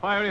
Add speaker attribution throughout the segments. Speaker 1: fiery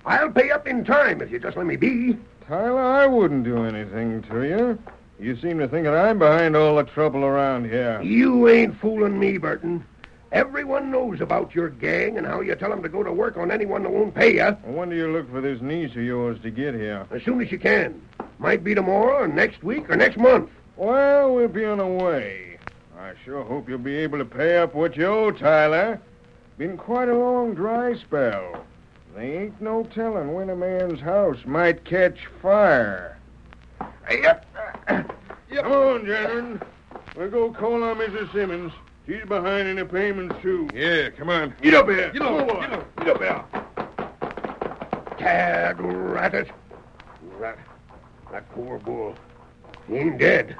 Speaker 2: I'll pay up in time if you just let me be.
Speaker 3: Tyler, I wouldn't do anything to you. You seem to think that I'm behind all the trouble around here.
Speaker 2: You ain't fooling me, Burton. Everyone knows about your gang and how you tell 'em to go to work on anyone that won't pay you
Speaker 3: When do you look for this niece of yours to get here?
Speaker 2: as soon as you can. Might be tomorrow, or next week, or next month.
Speaker 3: Well, we'll be on the way. I sure hope you'll be able to pay up what you owe, Tyler. Been quite a long dry spell. They ain't no telling when a man's house might catch fire.
Speaker 2: Hey, Yep.
Speaker 3: Come on, gentlemen. We'll go call on Mrs. Simmons. She's behind in the payments, too. Yeah, come on.
Speaker 2: Get up here.
Speaker 3: Get up, get up,
Speaker 2: Get up here. Tad rat it. Rat. That poor bull. He ain't dead.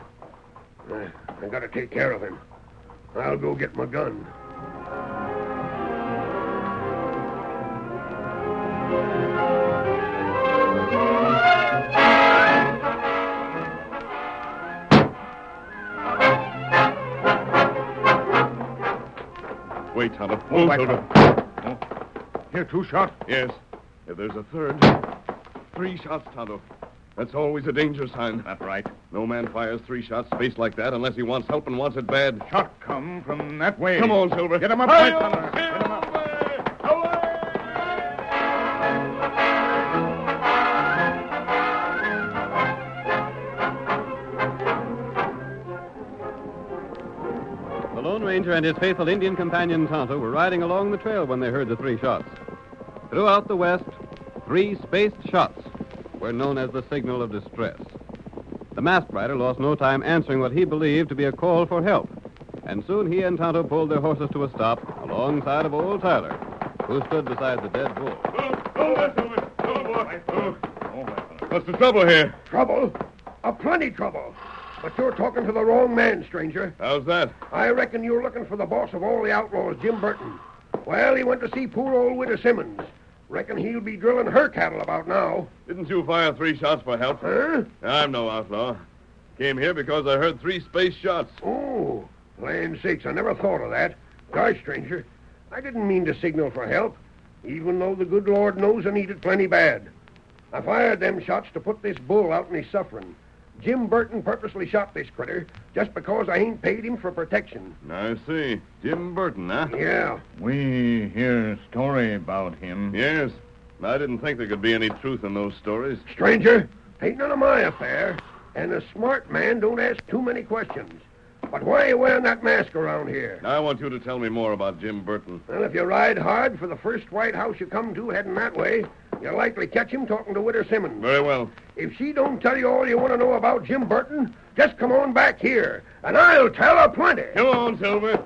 Speaker 2: I, I gotta take care of him. I'll go get my gun.
Speaker 4: Wait, Tonto.
Speaker 2: Oh,
Speaker 4: Wait,
Speaker 2: my
Speaker 4: Tonto.
Speaker 2: Here, two shot.
Speaker 4: Yes. If there's a third, three shots, Tonto. That's always a danger sign. That's right. No man fires three shots spaced like that unless he wants help and wants it bad.
Speaker 3: Shot come from that way.
Speaker 4: Come on, Silver.
Speaker 3: Get him up,
Speaker 5: Hi,
Speaker 3: Tyler.
Speaker 5: Silver! Away!
Speaker 1: The Lone Ranger and his faithful Indian companion Tonto were riding along the trail when they heard the three shots. Throughout the West, three spaced shots were known as the signal of distress. The masked rider lost no time answering what he believed to be a call for help, and soon he and Tonto pulled their horses to a stop alongside of old Tyler, who stood beside the dead bull.
Speaker 4: What's the trouble here?
Speaker 2: Trouble? A plenty trouble. But you're talking to the wrong man, stranger.
Speaker 4: How's that?
Speaker 2: I reckon you're looking for the boss of all the outlaws, Jim Burton. Well, he went to see poor old Widow Simmons. Reckon he'll be drilling her cattle about now.
Speaker 4: Didn't you fire three shots for help?
Speaker 2: Huh?
Speaker 4: I'm no outlaw. Came here because I heard three space shots.
Speaker 2: Oh, land sakes, I never thought of that. Gosh, stranger, I didn't mean to signal for help, even though the good Lord knows I need it plenty bad. I fired them shots to put this bull out in his suffering. Jim Burton purposely shot this critter just because I ain't paid him for protection.
Speaker 4: I see. Jim Burton, huh?
Speaker 2: Yeah,
Speaker 6: We hear a story about him.
Speaker 4: Yes. I didn't think there could be any truth in those stories.
Speaker 2: stranger, ain't none of my affair, and a smart man don't ask too many questions. But why are you wearing that mask around here?
Speaker 4: I want you to tell me more about Jim Burton.
Speaker 2: Well, if you ride hard for the first White House you come to heading that way, you'll likely catch him talking to Widder Simmons.
Speaker 4: Very well.
Speaker 2: If she don't tell you all you want to know about Jim Burton, just come on back here, and I'll tell her plenty.
Speaker 4: Come on, Silver.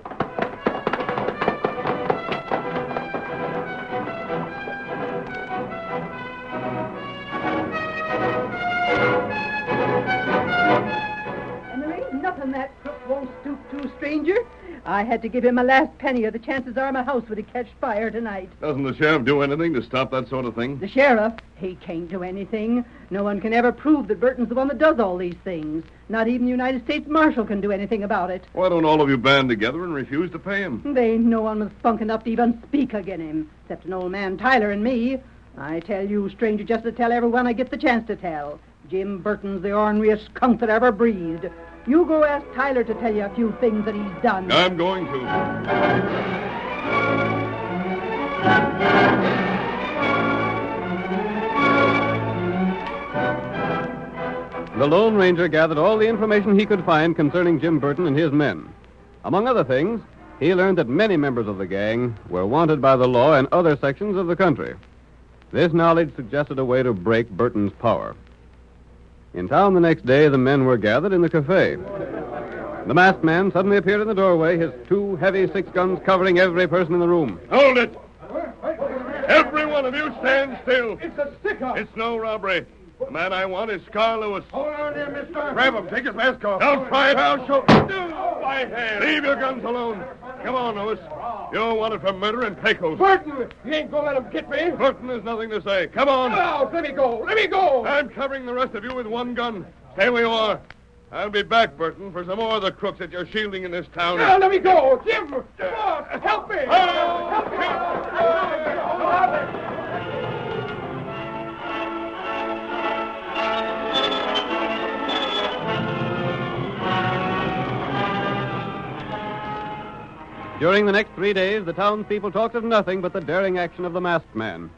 Speaker 7: And there ain't nothing that crook won't stoop to, stranger. I had to give him my last penny, or the chances are my house would have catched fire tonight.
Speaker 4: Doesn't the sheriff do anything to stop that sort of thing?
Speaker 7: The sheriff, he can't do anything. No one can ever prove that Burton's the one that does all these things. Not even the United States Marshal can do anything about it.
Speaker 4: Why don't all of you band together and refuse to pay him?
Speaker 7: They ain't no one with spunk enough to even speak agin him, except an old man Tyler and me. I tell you, stranger, just to tell everyone I get the chance to tell. Jim Burton's the orneriest skunk that ever breathed. You go ask Tyler to tell you a few things that he's done.
Speaker 4: I'm going to.
Speaker 1: The Lone Ranger gathered all the information he could find concerning Jim Burton and his men. Among other things, he learned that many members of the gang were wanted by the law in other sections of the country. This knowledge suggested a way to break Burton's power. In town the next day, the men were gathered in the cafe. The masked man suddenly appeared in the doorway, his two heavy six guns covering every person in the room.
Speaker 4: Hold it! Everyone one of you stand still.
Speaker 5: It's a stick-up.
Speaker 4: It's no robbery. The man I want is Scar Lewis.
Speaker 5: Hold on there, mister.
Speaker 4: Grab him. Take his mask off. Don't try it. I'll show you. My hand. Leave your guns alone. Come on, Lewis. You're wanted for murder and Pecos.
Speaker 5: Burton, you ain't gonna let him get me.
Speaker 4: Burton has nothing to say. Come on.
Speaker 5: Get
Speaker 2: Oh,
Speaker 5: out. Let me go. Let me go.
Speaker 4: I'm covering the rest of you with one gun. Stay where you are. I'll be back, Burton, for some more of the crooks that you're shielding in this town.
Speaker 5: Now, let me go. Jim, come on. Help me.
Speaker 4: Oh.
Speaker 5: Help me.
Speaker 1: During the next three days, the townspeople talked of nothing but the daring action of the masked man.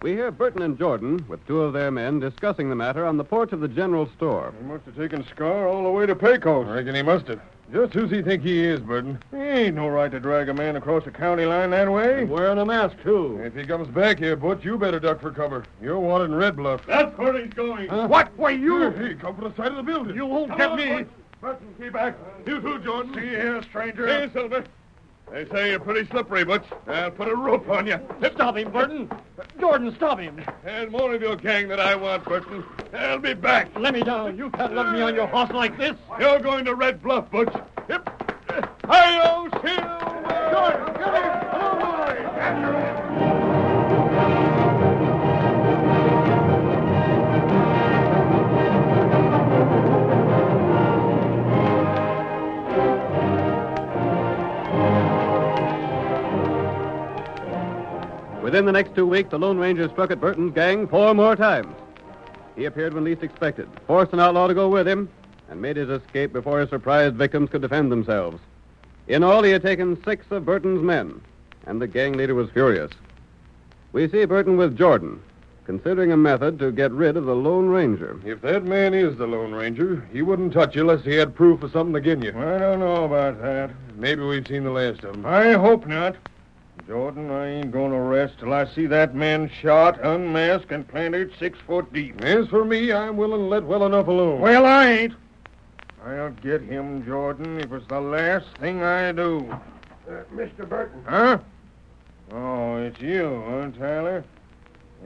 Speaker 1: We hear Burton and Jordan, with two of their men, discussing the matter on the porch of the general store.
Speaker 3: He must have taken Scar all the way to Pecos.
Speaker 6: I reckon he must have.
Speaker 3: Just who's he think he is, Burton? He ain't no right to drag a man across the county line that way.
Speaker 6: Wearing a mask, too.
Speaker 3: If he comes back here, Butch, you better duck for cover. You're wanted in Red Bluff.
Speaker 4: That's where he's going.
Speaker 6: What were you?
Speaker 3: Hey, come from the side of the building.
Speaker 6: You won't
Speaker 4: Come
Speaker 6: get
Speaker 4: on,
Speaker 6: me.
Speaker 4: Burton. Burton, keep back. You too, Jordan. See
Speaker 6: here, stranger.
Speaker 4: Hey, Silver. They say you're pretty slippery, Butch. I'll put a rope on you.
Speaker 8: Stop him, Burton. Jordan, stop him.
Speaker 4: And more of your gang that I want, Burton. I'll be back.
Speaker 8: Let me down. You can't let me on your horse like this.
Speaker 4: You're going to Red Bluff, Butch. Yep. Hi-yo, Silver. Jordan, get him.
Speaker 2: Oh, Uh,
Speaker 1: Within the next two weeks, the Lone Ranger struck at Burton's gang four more times. He appeared when least expected, forced an outlaw to go with him, and made his escape before his surprised victims could defend themselves. In all, he had taken six of Burton's men, and the gang leader was furious. We see Burton with Jordan, considering a method to get rid of the Lone Ranger.
Speaker 3: If that man is the Lone Ranger, he wouldn't touch you unless he had proof of something against you. I don't know about that. Maybe we've seen the last of him. I hope not. Jordan, I ain't going to rest till I see that man shot, unmasked, and planted six foot deep. As for me, I'm willing to let well enough alone. Well, I ain't. I'll get him, Jordan, if it's the last thing I do.
Speaker 2: Uh, Mr. Burton,
Speaker 3: Huh? Oh, it's you, huh, Tyler?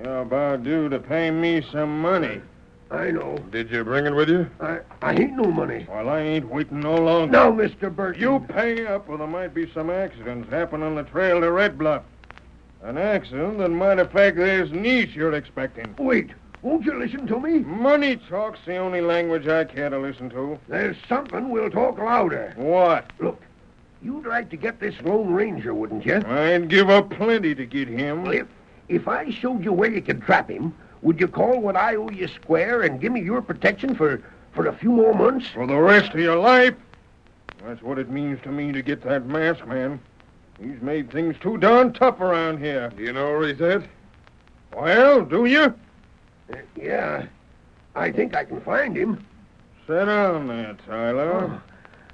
Speaker 3: You're about due to pay me some money.
Speaker 2: I know.
Speaker 3: Did you bring it with you?
Speaker 2: I, I ain't no money.
Speaker 3: Well, I ain't waiting no longer.
Speaker 2: Now, Mr. Burton.
Speaker 3: You pay up, or there might be some accidents happen on the trail to Red Bluff. An accident that might affect this niece you're expecting.
Speaker 2: Wait. Won't you listen to me?
Speaker 3: Money talk's the only language I care to listen to.
Speaker 2: There's something we'll talk louder.
Speaker 3: What?
Speaker 2: Look, you'd like to get this Lone Ranger, wouldn't you?
Speaker 3: I'd give up plenty to get him.
Speaker 2: Well, if, if I showed you where you could trap him, would you call what I owe you square and give me your protection for, for a few more months?
Speaker 3: For the rest of your life? That's what it means to me to get that mask, man. He's made things too darn tough around here.
Speaker 4: Do you know where he's at?
Speaker 3: Well, do you?
Speaker 2: Uh, yeah, I think I can find him. Oh,
Speaker 3: Sit down there, Tyler.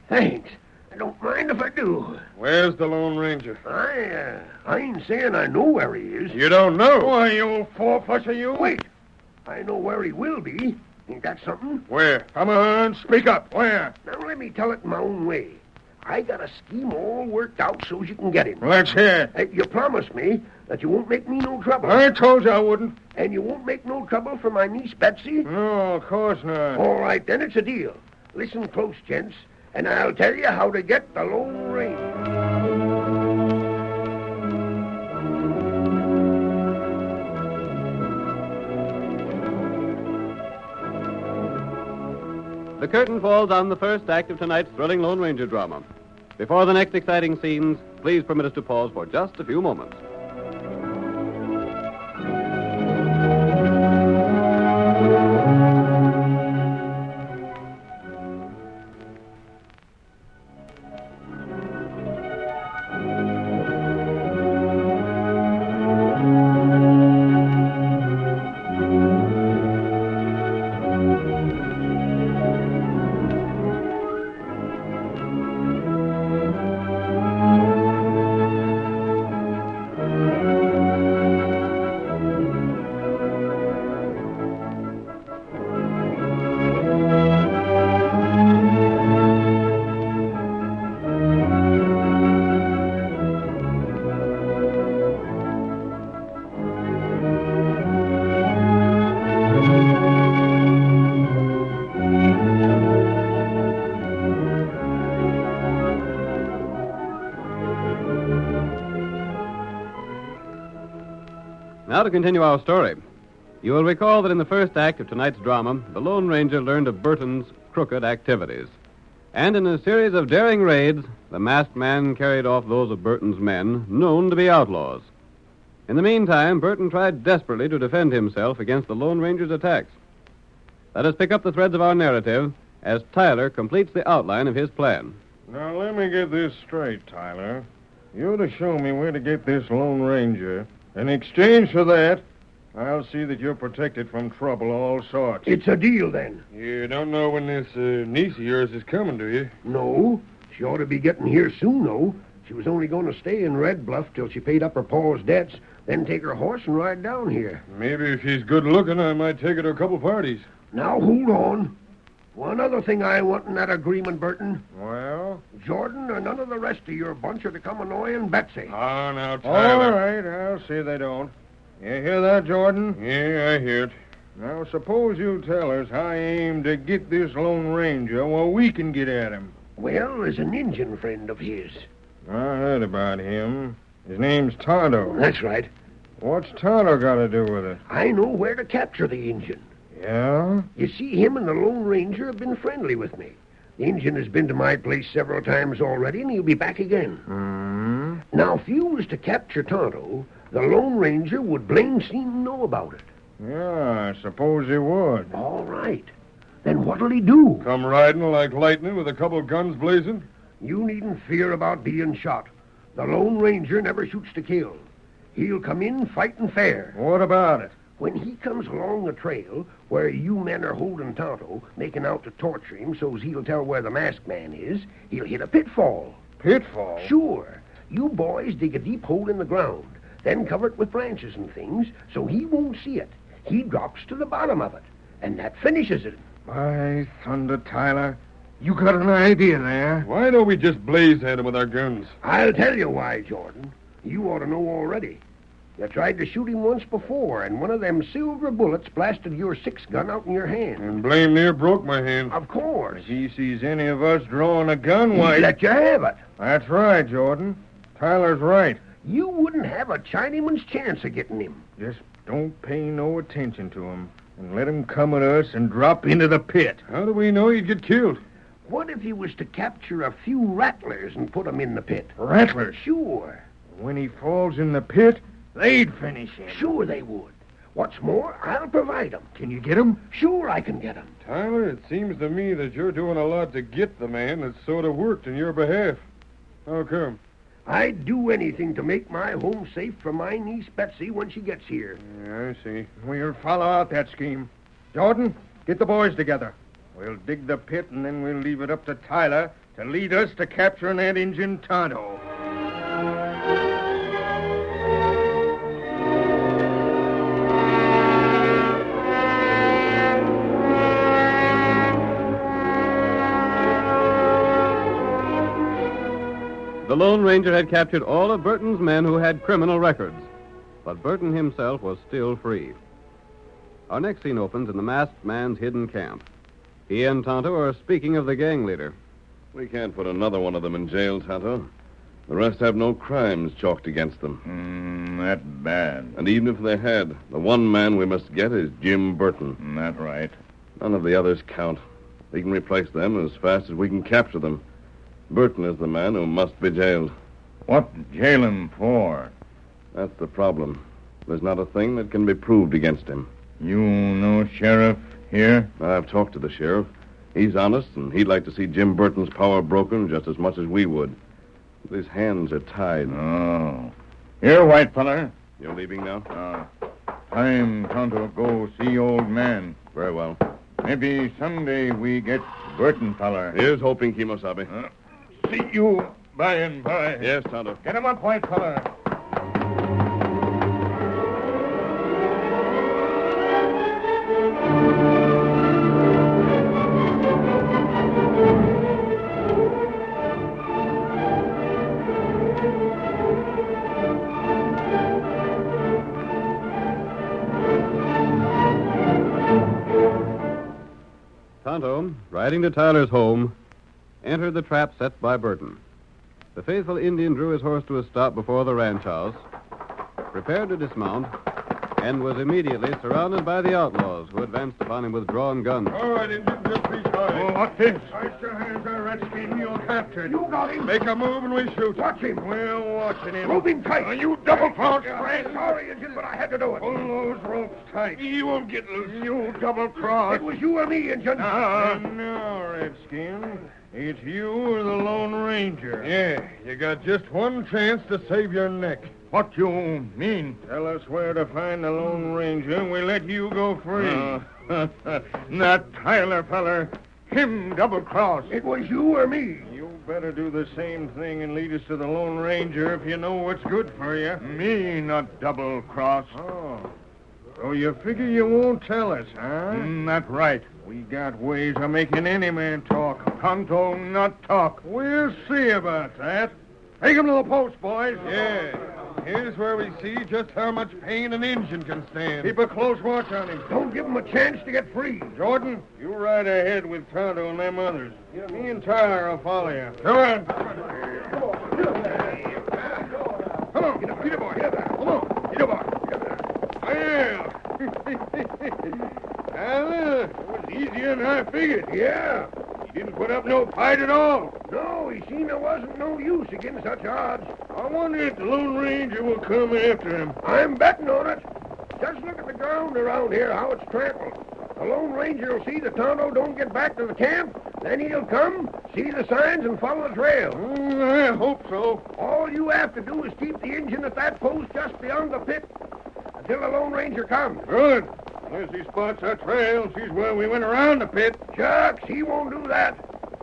Speaker 2: Thanks. I don't mind if I do.
Speaker 3: Where's the Lone Ranger?
Speaker 2: I, uh, I ain't saying I know where he is.
Speaker 3: You don't know. Why, you old four-pusher, you.
Speaker 2: Wait, I know where he will be. Ain't that something?
Speaker 3: Where? Come on, speak up. Where?
Speaker 2: Now let me tell it my own way. I got a scheme all worked out so's you can get him.
Speaker 3: Let's hear.
Speaker 2: Uh, you promised me that you won't make me no trouble.
Speaker 3: I told you I wouldn't.
Speaker 2: And you won't make no trouble for my niece Betsy?
Speaker 3: No, of course not.
Speaker 2: All right, then it's a deal. Listen close, gents, and I'll tell you how to get the Lone Ranger.
Speaker 1: The curtain falls on the first act of tonight's thrilling Lone Ranger drama. Before the next exciting scenes, please permit us to pause for just a few moments. Now to continue our story. You will recall that in the first act of tonight's drama, the Lone Ranger learned of Burton's crooked activities. And in a series of daring raids, the masked man carried off those of Burton's men, known to be outlaws. In the meantime, Burton tried desperately to defend himself against the Lone Ranger's attacks. Let us pick up the threads of our narrative as Tyler completes the outline of his plan.
Speaker 3: Now, let me get this straight, Tyler. You're to show me where to get this Lone Ranger. In exchange for that, I'll see that you're protected from trouble of all sorts.
Speaker 2: It's a deal, then.
Speaker 3: You don't know when this uh, niece of yours is coming, do you?
Speaker 2: No. She ought to be getting here soon, though. She was only going to stay in Red Bluff till she paid up her pa's debts, then take her horse and ride down here.
Speaker 3: Maybe if she's good looking, I might take her to a couple parties.
Speaker 2: Now, hold on. One other thing I want in that agreement, Burton.
Speaker 3: Well,
Speaker 2: Jordan or none of the rest of your bunch are to come annoying Betsy.
Speaker 3: Ah,
Speaker 4: Oh, now,
Speaker 3: all right. I'll see they don't. You hear that, Jordan? Yeah, I hear it. Now, suppose you tell us how you aim to get this Lone Ranger where we can get at him.
Speaker 2: Well, there's an Indian friend of his.
Speaker 3: I heard about him. His name's Tonto.
Speaker 2: That's right.
Speaker 3: What's Tonto got to do with it?
Speaker 2: I know where to capture the Indian.
Speaker 3: Yeah?
Speaker 2: You see, him and the Lone Ranger have been friendly with me. The Indian has been to my place several times already, and he'll be back again.
Speaker 3: Hmm.
Speaker 2: Now, if you was to capture Tonto, the Lone Ranger would blame seem know about it.
Speaker 3: Yeah, I suppose he would.
Speaker 2: All right. Then what'll he do?
Speaker 3: Come riding like lightning with a couple guns blazing?
Speaker 2: You needn't fear about being shot. The Lone Ranger never shoots to kill. He'll come in fighting fair.
Speaker 3: What about it?
Speaker 2: When he comes along the trail where you men are holding Tonto, making out to torture him so's he'll tell where the masked man is, he'll hit a pitfall.
Speaker 3: Pitfall?
Speaker 2: Sure. You boys dig a deep hole in the ground, then cover it with branches and things so he won't see it. He drops to the bottom of it, and that finishes it.
Speaker 3: By thunder, Tyler. You got an idea there.
Speaker 4: Why don't we just blaze at him with our guns?
Speaker 2: I'll tell you why, Jordan. You ought to know already. You tried to shoot him once before, and one of them silver bullets blasted your six gun out in your hand.
Speaker 3: And blame near broke my hand.
Speaker 2: Of course.
Speaker 3: If Oh, he sees any of us drawing a gun,
Speaker 2: He
Speaker 3: why.
Speaker 2: let you have it.
Speaker 3: That's right, Jordan. Tyler's right.
Speaker 2: You wouldn't have a Chinaman's chance of getting him.
Speaker 3: Just don't pay no attention to him and let him come at us and drop into the pit.
Speaker 4: How do we know he'd get killed?
Speaker 2: What if he was to capture a few rattlers and put 'em in the pit?
Speaker 3: Rattlers.
Speaker 2: Sure.
Speaker 3: When he falls in the pit, they'd finish him.
Speaker 2: Sure they would. What's more, I'll provide 'em.
Speaker 3: Can you get him?
Speaker 2: Sure I can get 'em.
Speaker 4: Tyler, it seems to me that you're doing a lot to get the man that sort of worked in your behalf. How come?
Speaker 2: I'd do anything to make my home safe for my niece Betsy when she gets here.
Speaker 3: Yeah, I see. We'll follow out that scheme. Jordan, get the boys together. We'll dig the pit and then we'll leave it up to Tyler to lead us to capturing that Injun Tonto.
Speaker 1: The Lone Ranger had captured all of Burton's men who had criminal records, but Burton himself was still free. Our next scene opens in the masked man's hidden camp. He and Tonto are speaking of the gang leader.
Speaker 4: We can't put another one of them in jail, Tonto. The rest have no crimes chalked against them.
Speaker 6: Hmm, that bad.
Speaker 4: And even if they had, the one man we must get is Jim Burton.
Speaker 6: That right.
Speaker 4: None of the others count. We can replace them as fast as we can capture them. Burton is the man who must be jailed.
Speaker 6: What jail him for?
Speaker 4: That's the problem. There's not a thing that can be proved against him.
Speaker 6: You no sheriff here?
Speaker 4: I've talked to the sheriff. He's honest, and he'd like to see Jim Burton's power broken just as much as we would. But his hands are tied.
Speaker 6: Oh. Here, white feller.
Speaker 4: You're leaving now?
Speaker 6: Uh, time Tonto go see old man.
Speaker 4: Very well.
Speaker 6: Maybe someday we get Burton feller.
Speaker 4: Here's hoping, Kimosabe.
Speaker 6: See you by and by.
Speaker 4: Yes, Tonto.
Speaker 6: Get him up, white feller.
Speaker 1: Tonto, riding to Tyler's home, entered the trap set by Burton. The faithful Indian drew his horse to a stop before the ranch house, prepared to dismount, and was immediately surrounded by the outlaws who advanced upon him with drawn guns.
Speaker 5: All right, Injun, just be
Speaker 3: Oh,
Speaker 5: shy.
Speaker 3: what this?
Speaker 2: Hoist your hands there, Redskin. You're captured. You got him.
Speaker 3: Make a move and we shoot.
Speaker 2: Watch him.
Speaker 3: We're watching him.
Speaker 2: Rope him tight.
Speaker 3: you double cross,
Speaker 2: I'm sorry, Injun, but I had to do it.
Speaker 3: Pull those ropes tight.
Speaker 2: He won't get loose.
Speaker 3: You double cross.
Speaker 2: It was you or me, Injun.
Speaker 3: Uh-huh. no, Redskin. It's you or the Lone Ranger.
Speaker 5: Yeah, you got just one chance to save your neck.
Speaker 6: What you mean?
Speaker 3: Tell us where to find the Lone Ranger, and we let you go free.
Speaker 6: that Tyler feller. Him double cross.
Speaker 2: It was you or me.
Speaker 3: you better do the same thing and lead us to the Lone Ranger if you know what's good for you.
Speaker 6: Me not double cross.
Speaker 3: Oh. So you figure you won't tell us, huh?
Speaker 6: Mm, that right.
Speaker 3: We got ways of making any man talk.
Speaker 6: Tonto not talk.
Speaker 3: We'll see about that.
Speaker 2: Take him to the post, boys.
Speaker 3: Yeah. Here's where we see just how much pain an engine can stand.
Speaker 2: Keep
Speaker 3: a close watch on him.
Speaker 2: Don't give him a chance to get free.
Speaker 3: Jordan, you ride ahead with Tonto and them others. Me and Tyler will follow you. Come on.
Speaker 2: Come on, get up, get up, boy. Get up there. Come on, get up, boy. Get up there.
Speaker 3: Yeah. Tyler, it was easier than I figured.
Speaker 2: Yeah.
Speaker 3: He didn't put up no fight at all.
Speaker 2: No, he seen there wasn't no use against such odds.
Speaker 3: I wonder if the Lone Ranger will come after him.
Speaker 2: I'm betting on it. Just look at the ground around here, how it's trampled. The Lone Ranger will see the Tonto don't get back to the camp. Then he'll come, see the signs, and follow the trail. Hmm?
Speaker 3: Mm, I hope so.
Speaker 2: All you have to do is keep the engine at that post just beyond the pit until the Lone Ranger comes.
Speaker 3: Good. Unless he spots our trail, sees where we went around the pit.
Speaker 2: Shucks, he won't do that.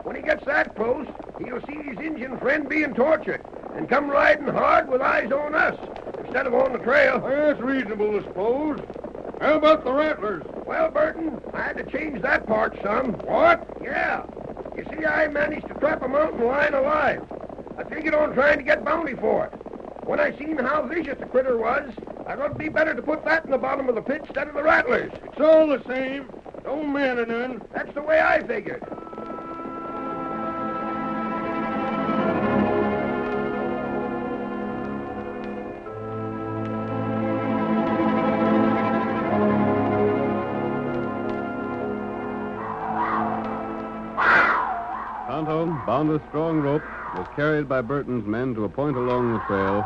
Speaker 2: When he gets that close, he'll see his Indian friend being tortured and come riding hard with eyes on us instead of on the trail.
Speaker 3: That's reasonable, I suppose. How about the rattlers?
Speaker 2: Well, Burton, I had to change that part some. What? Yeah. You see, I managed to trap a mountain lion alive. I figured on trying to get bounty for it. When I seen how vicious the critter was, I thought it'd be better to put that in the bottom of the pit instead of the rattlers.
Speaker 3: It's all the same. Don't matter none.
Speaker 2: That's the way I figured.
Speaker 1: Tonto, bound with strong rope, was carried by Burton's men to a point along the trail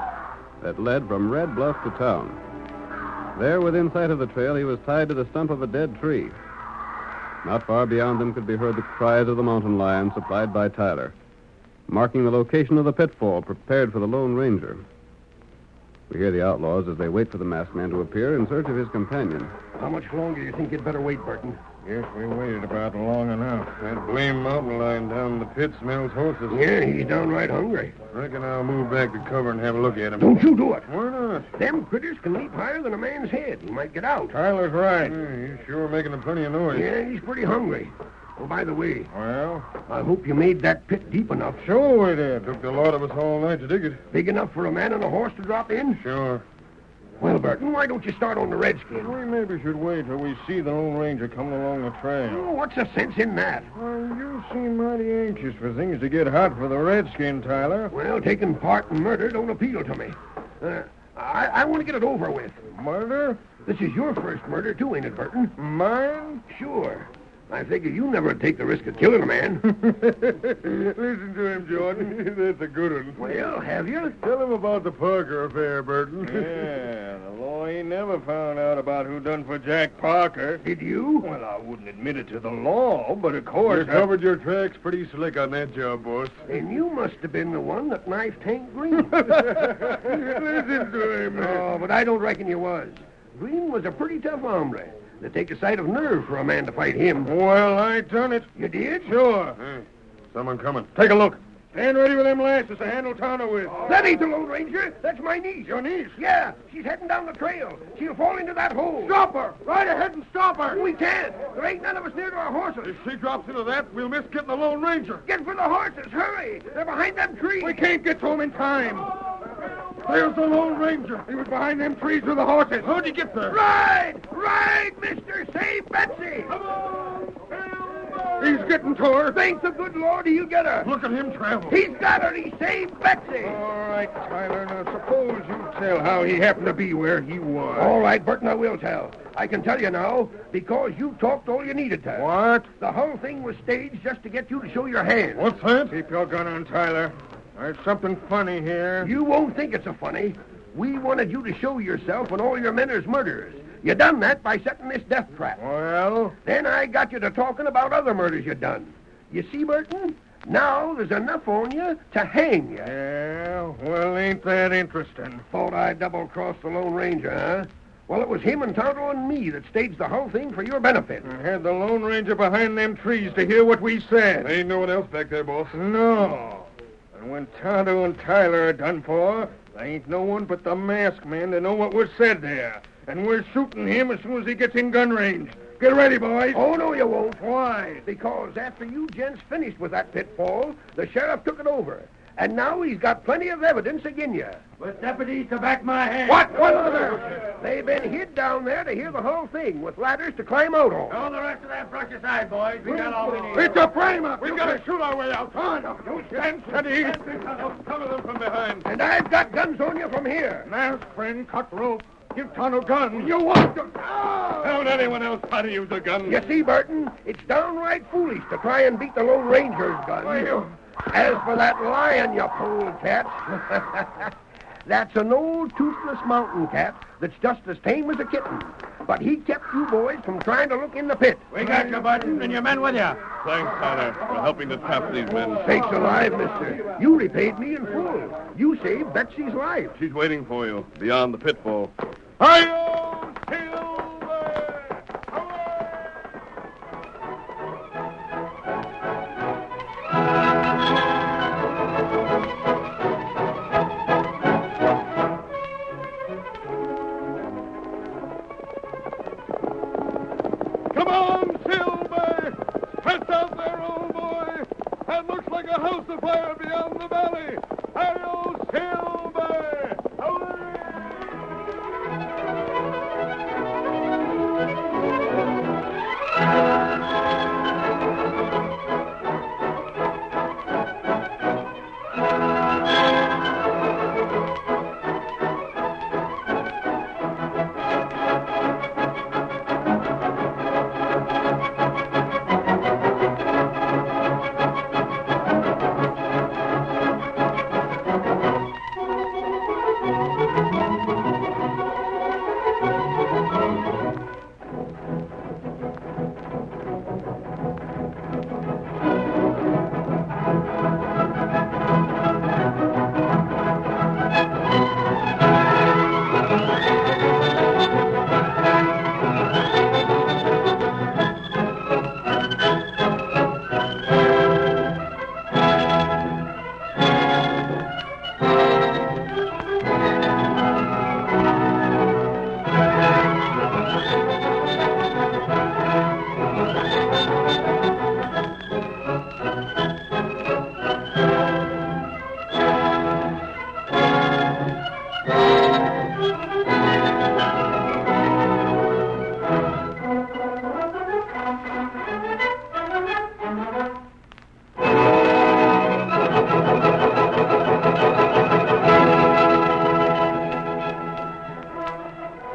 Speaker 1: that led from Red Bluff to town. There, within sight of the trail, he was tied to the stump of a dead tree. Not far beyond them could be heard the cries of the mountain lion supplied by Tyler, marking the location of the pitfall prepared for the Lone Ranger. We hear the outlaws as they wait for the masked man to appear in search of his companion.
Speaker 2: How much longer do you think you'd better wait, Burton?
Speaker 3: Guess we waited about long enough. That blame mountain lion down the pit smells horses.
Speaker 2: Yeah, he's downright hungry.
Speaker 3: Reckon I'll move back to cover and have a look at him.
Speaker 2: Don't you do it.
Speaker 3: Why not?
Speaker 2: Them critters can leap higher than a man's head. He might get out.
Speaker 3: Tyler's right. he's sure making a plenty of noise.
Speaker 2: Yeah, he's pretty hungry. Oh, by the way,
Speaker 3: Well,
Speaker 2: I hope you made that pit deep enough,
Speaker 3: sure we did. Took the lot of us all night to dig it.
Speaker 2: big enough for a man and a horse to drop in.
Speaker 3: Sure.
Speaker 2: Well, Burton, why don't you start on the redskin?
Speaker 3: We maybe should wait till we see the Lone Ranger coming along the trail.
Speaker 2: Oh, what's the sense in that?
Speaker 3: Well, you seem mighty anxious for things to get hot for the redskin, Tyler.
Speaker 2: Well, taking part in murder don't appeal to me. Uh, I, I want to get it over with.
Speaker 3: Murder?
Speaker 2: This is your first murder, too, ain't it, Burton?
Speaker 3: Mine?
Speaker 2: Sure. I figure you never would take the risk of killing a man.
Speaker 3: Listen to him, Jordan. That's a good one.
Speaker 2: well, have you?
Speaker 3: Tell him about the Parker affair, Burton. yeah, the law ain't never found out about who done for Jack Parker.
Speaker 2: Did you?
Speaker 3: Well, I wouldn't admit it to the law, but of course.
Speaker 4: You covered your tracks pretty slick on that job, boss.
Speaker 2: Then you must have been the one that knifed Hank Green.
Speaker 3: Listen to him.
Speaker 2: Oh, but I don't reckon you was. Green was a pretty tough hombre. It take a sight of nerve for a man to fight him.
Speaker 3: Well, I done it.
Speaker 2: You did?
Speaker 3: Sure.
Speaker 4: Someone coming.
Speaker 3: Take a look. Stand ready with them lasses to handle Tonto with.
Speaker 2: That ain't the Lone Ranger. That's my niece. Your niece? Yeah. She's heading down the trail. She'll fall into that hole. Stop her! Right ahead and stop her! We can't. There ain't none of us near to our horses.
Speaker 4: If she drops into that, we'll miss getting the Lone Ranger.
Speaker 2: Get for the horses. Hurry. They're behind them trees.
Speaker 3: We can't get to him in time. There's the Lone Ranger. He was behind them trees with the horses. How'd he get there?
Speaker 2: Ride! Ride, mister! Save Betsy!
Speaker 5: Come on, Silver!
Speaker 2: He's getting to her. Thank the good Lord he'll get her.
Speaker 5: Look at him travel.
Speaker 2: He's got her. He saved Betsy.
Speaker 3: All right, Tyler. Now, suppose Oh, you tell how he happened to be where he was.
Speaker 2: All right, Burton, I will tell. I can tell you now because you talked all you needed to.
Speaker 3: What?
Speaker 2: The whole thing was staged just to get you to show your hand.
Speaker 5: What's that?
Speaker 3: Keep your gun on Tyler. There's something funny here.
Speaker 2: You won't think it's so funny. We wanted you to show yourself when all your men is murderers. You done that by setting this death trap.
Speaker 3: Well,
Speaker 2: Then I got you to talking about other murders you done. You see, Burton, now there's enough on you to hang you.
Speaker 3: yeah, well, ain't that interesting?
Speaker 2: Thought I double-crossed the Lone Ranger, huh? Well, it was him and Tonto and me that staged the whole thing for your benefit.
Speaker 3: I had the Lone Ranger behind them trees to hear what we said.
Speaker 4: Ain't no one else back there, boss.
Speaker 3: No. And when Tonto and Tyler are done for, there ain't no one but the masked man to know what was said there. And we're shooting him as soon as he gets in gun range. Get ready, boys.
Speaker 2: Oh, no, you won't.
Speaker 3: Why?
Speaker 2: Because after you gents finished with that pitfall, the sheriff took it over. And now he's got plenty of evidence again you.
Speaker 8: With deputies to back my hand.
Speaker 2: What? What other? They've been hid down there to hear the whole thing with ladders to climb out on.
Speaker 8: All the rest of that brush aside, boys. Oh, We got all we need.
Speaker 3: It's a frame up.
Speaker 5: We gotta shoot our way out. Come on, you stand steady. Cover them from behind.
Speaker 2: And I've got guns on you from here.
Speaker 5: Mask, friend, cut rope. Give Tonto gun. You want to?
Speaker 8: Oh!
Speaker 5: Don't anyone else try to use a gun.
Speaker 2: You see, Burton, it's downright foolish to try and beat the Lone Ranger's gun. As for that lion, you fool cat, that's an old toothless mountain cat that's just as tame as a kitten. But he kept you boys from trying to look in the pit.
Speaker 8: We got you, Burton, and your men with you.
Speaker 4: Thanks, Tyler, for helping to trap these men.
Speaker 2: Sakes alive, mister. You repaid me in full. You saved Betsy's life.
Speaker 4: She's waiting for you beyond the pitfall.
Speaker 5: Hi-yo, Silver! Away! Come on, Silver! Stretch out there, old boy! That looks like a house afire beyond the valley! Hi-yo, Silver! Away!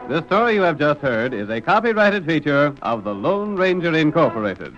Speaker 1: The story you have just heard is a copyrighted feature of the Lone Ranger Incorporated.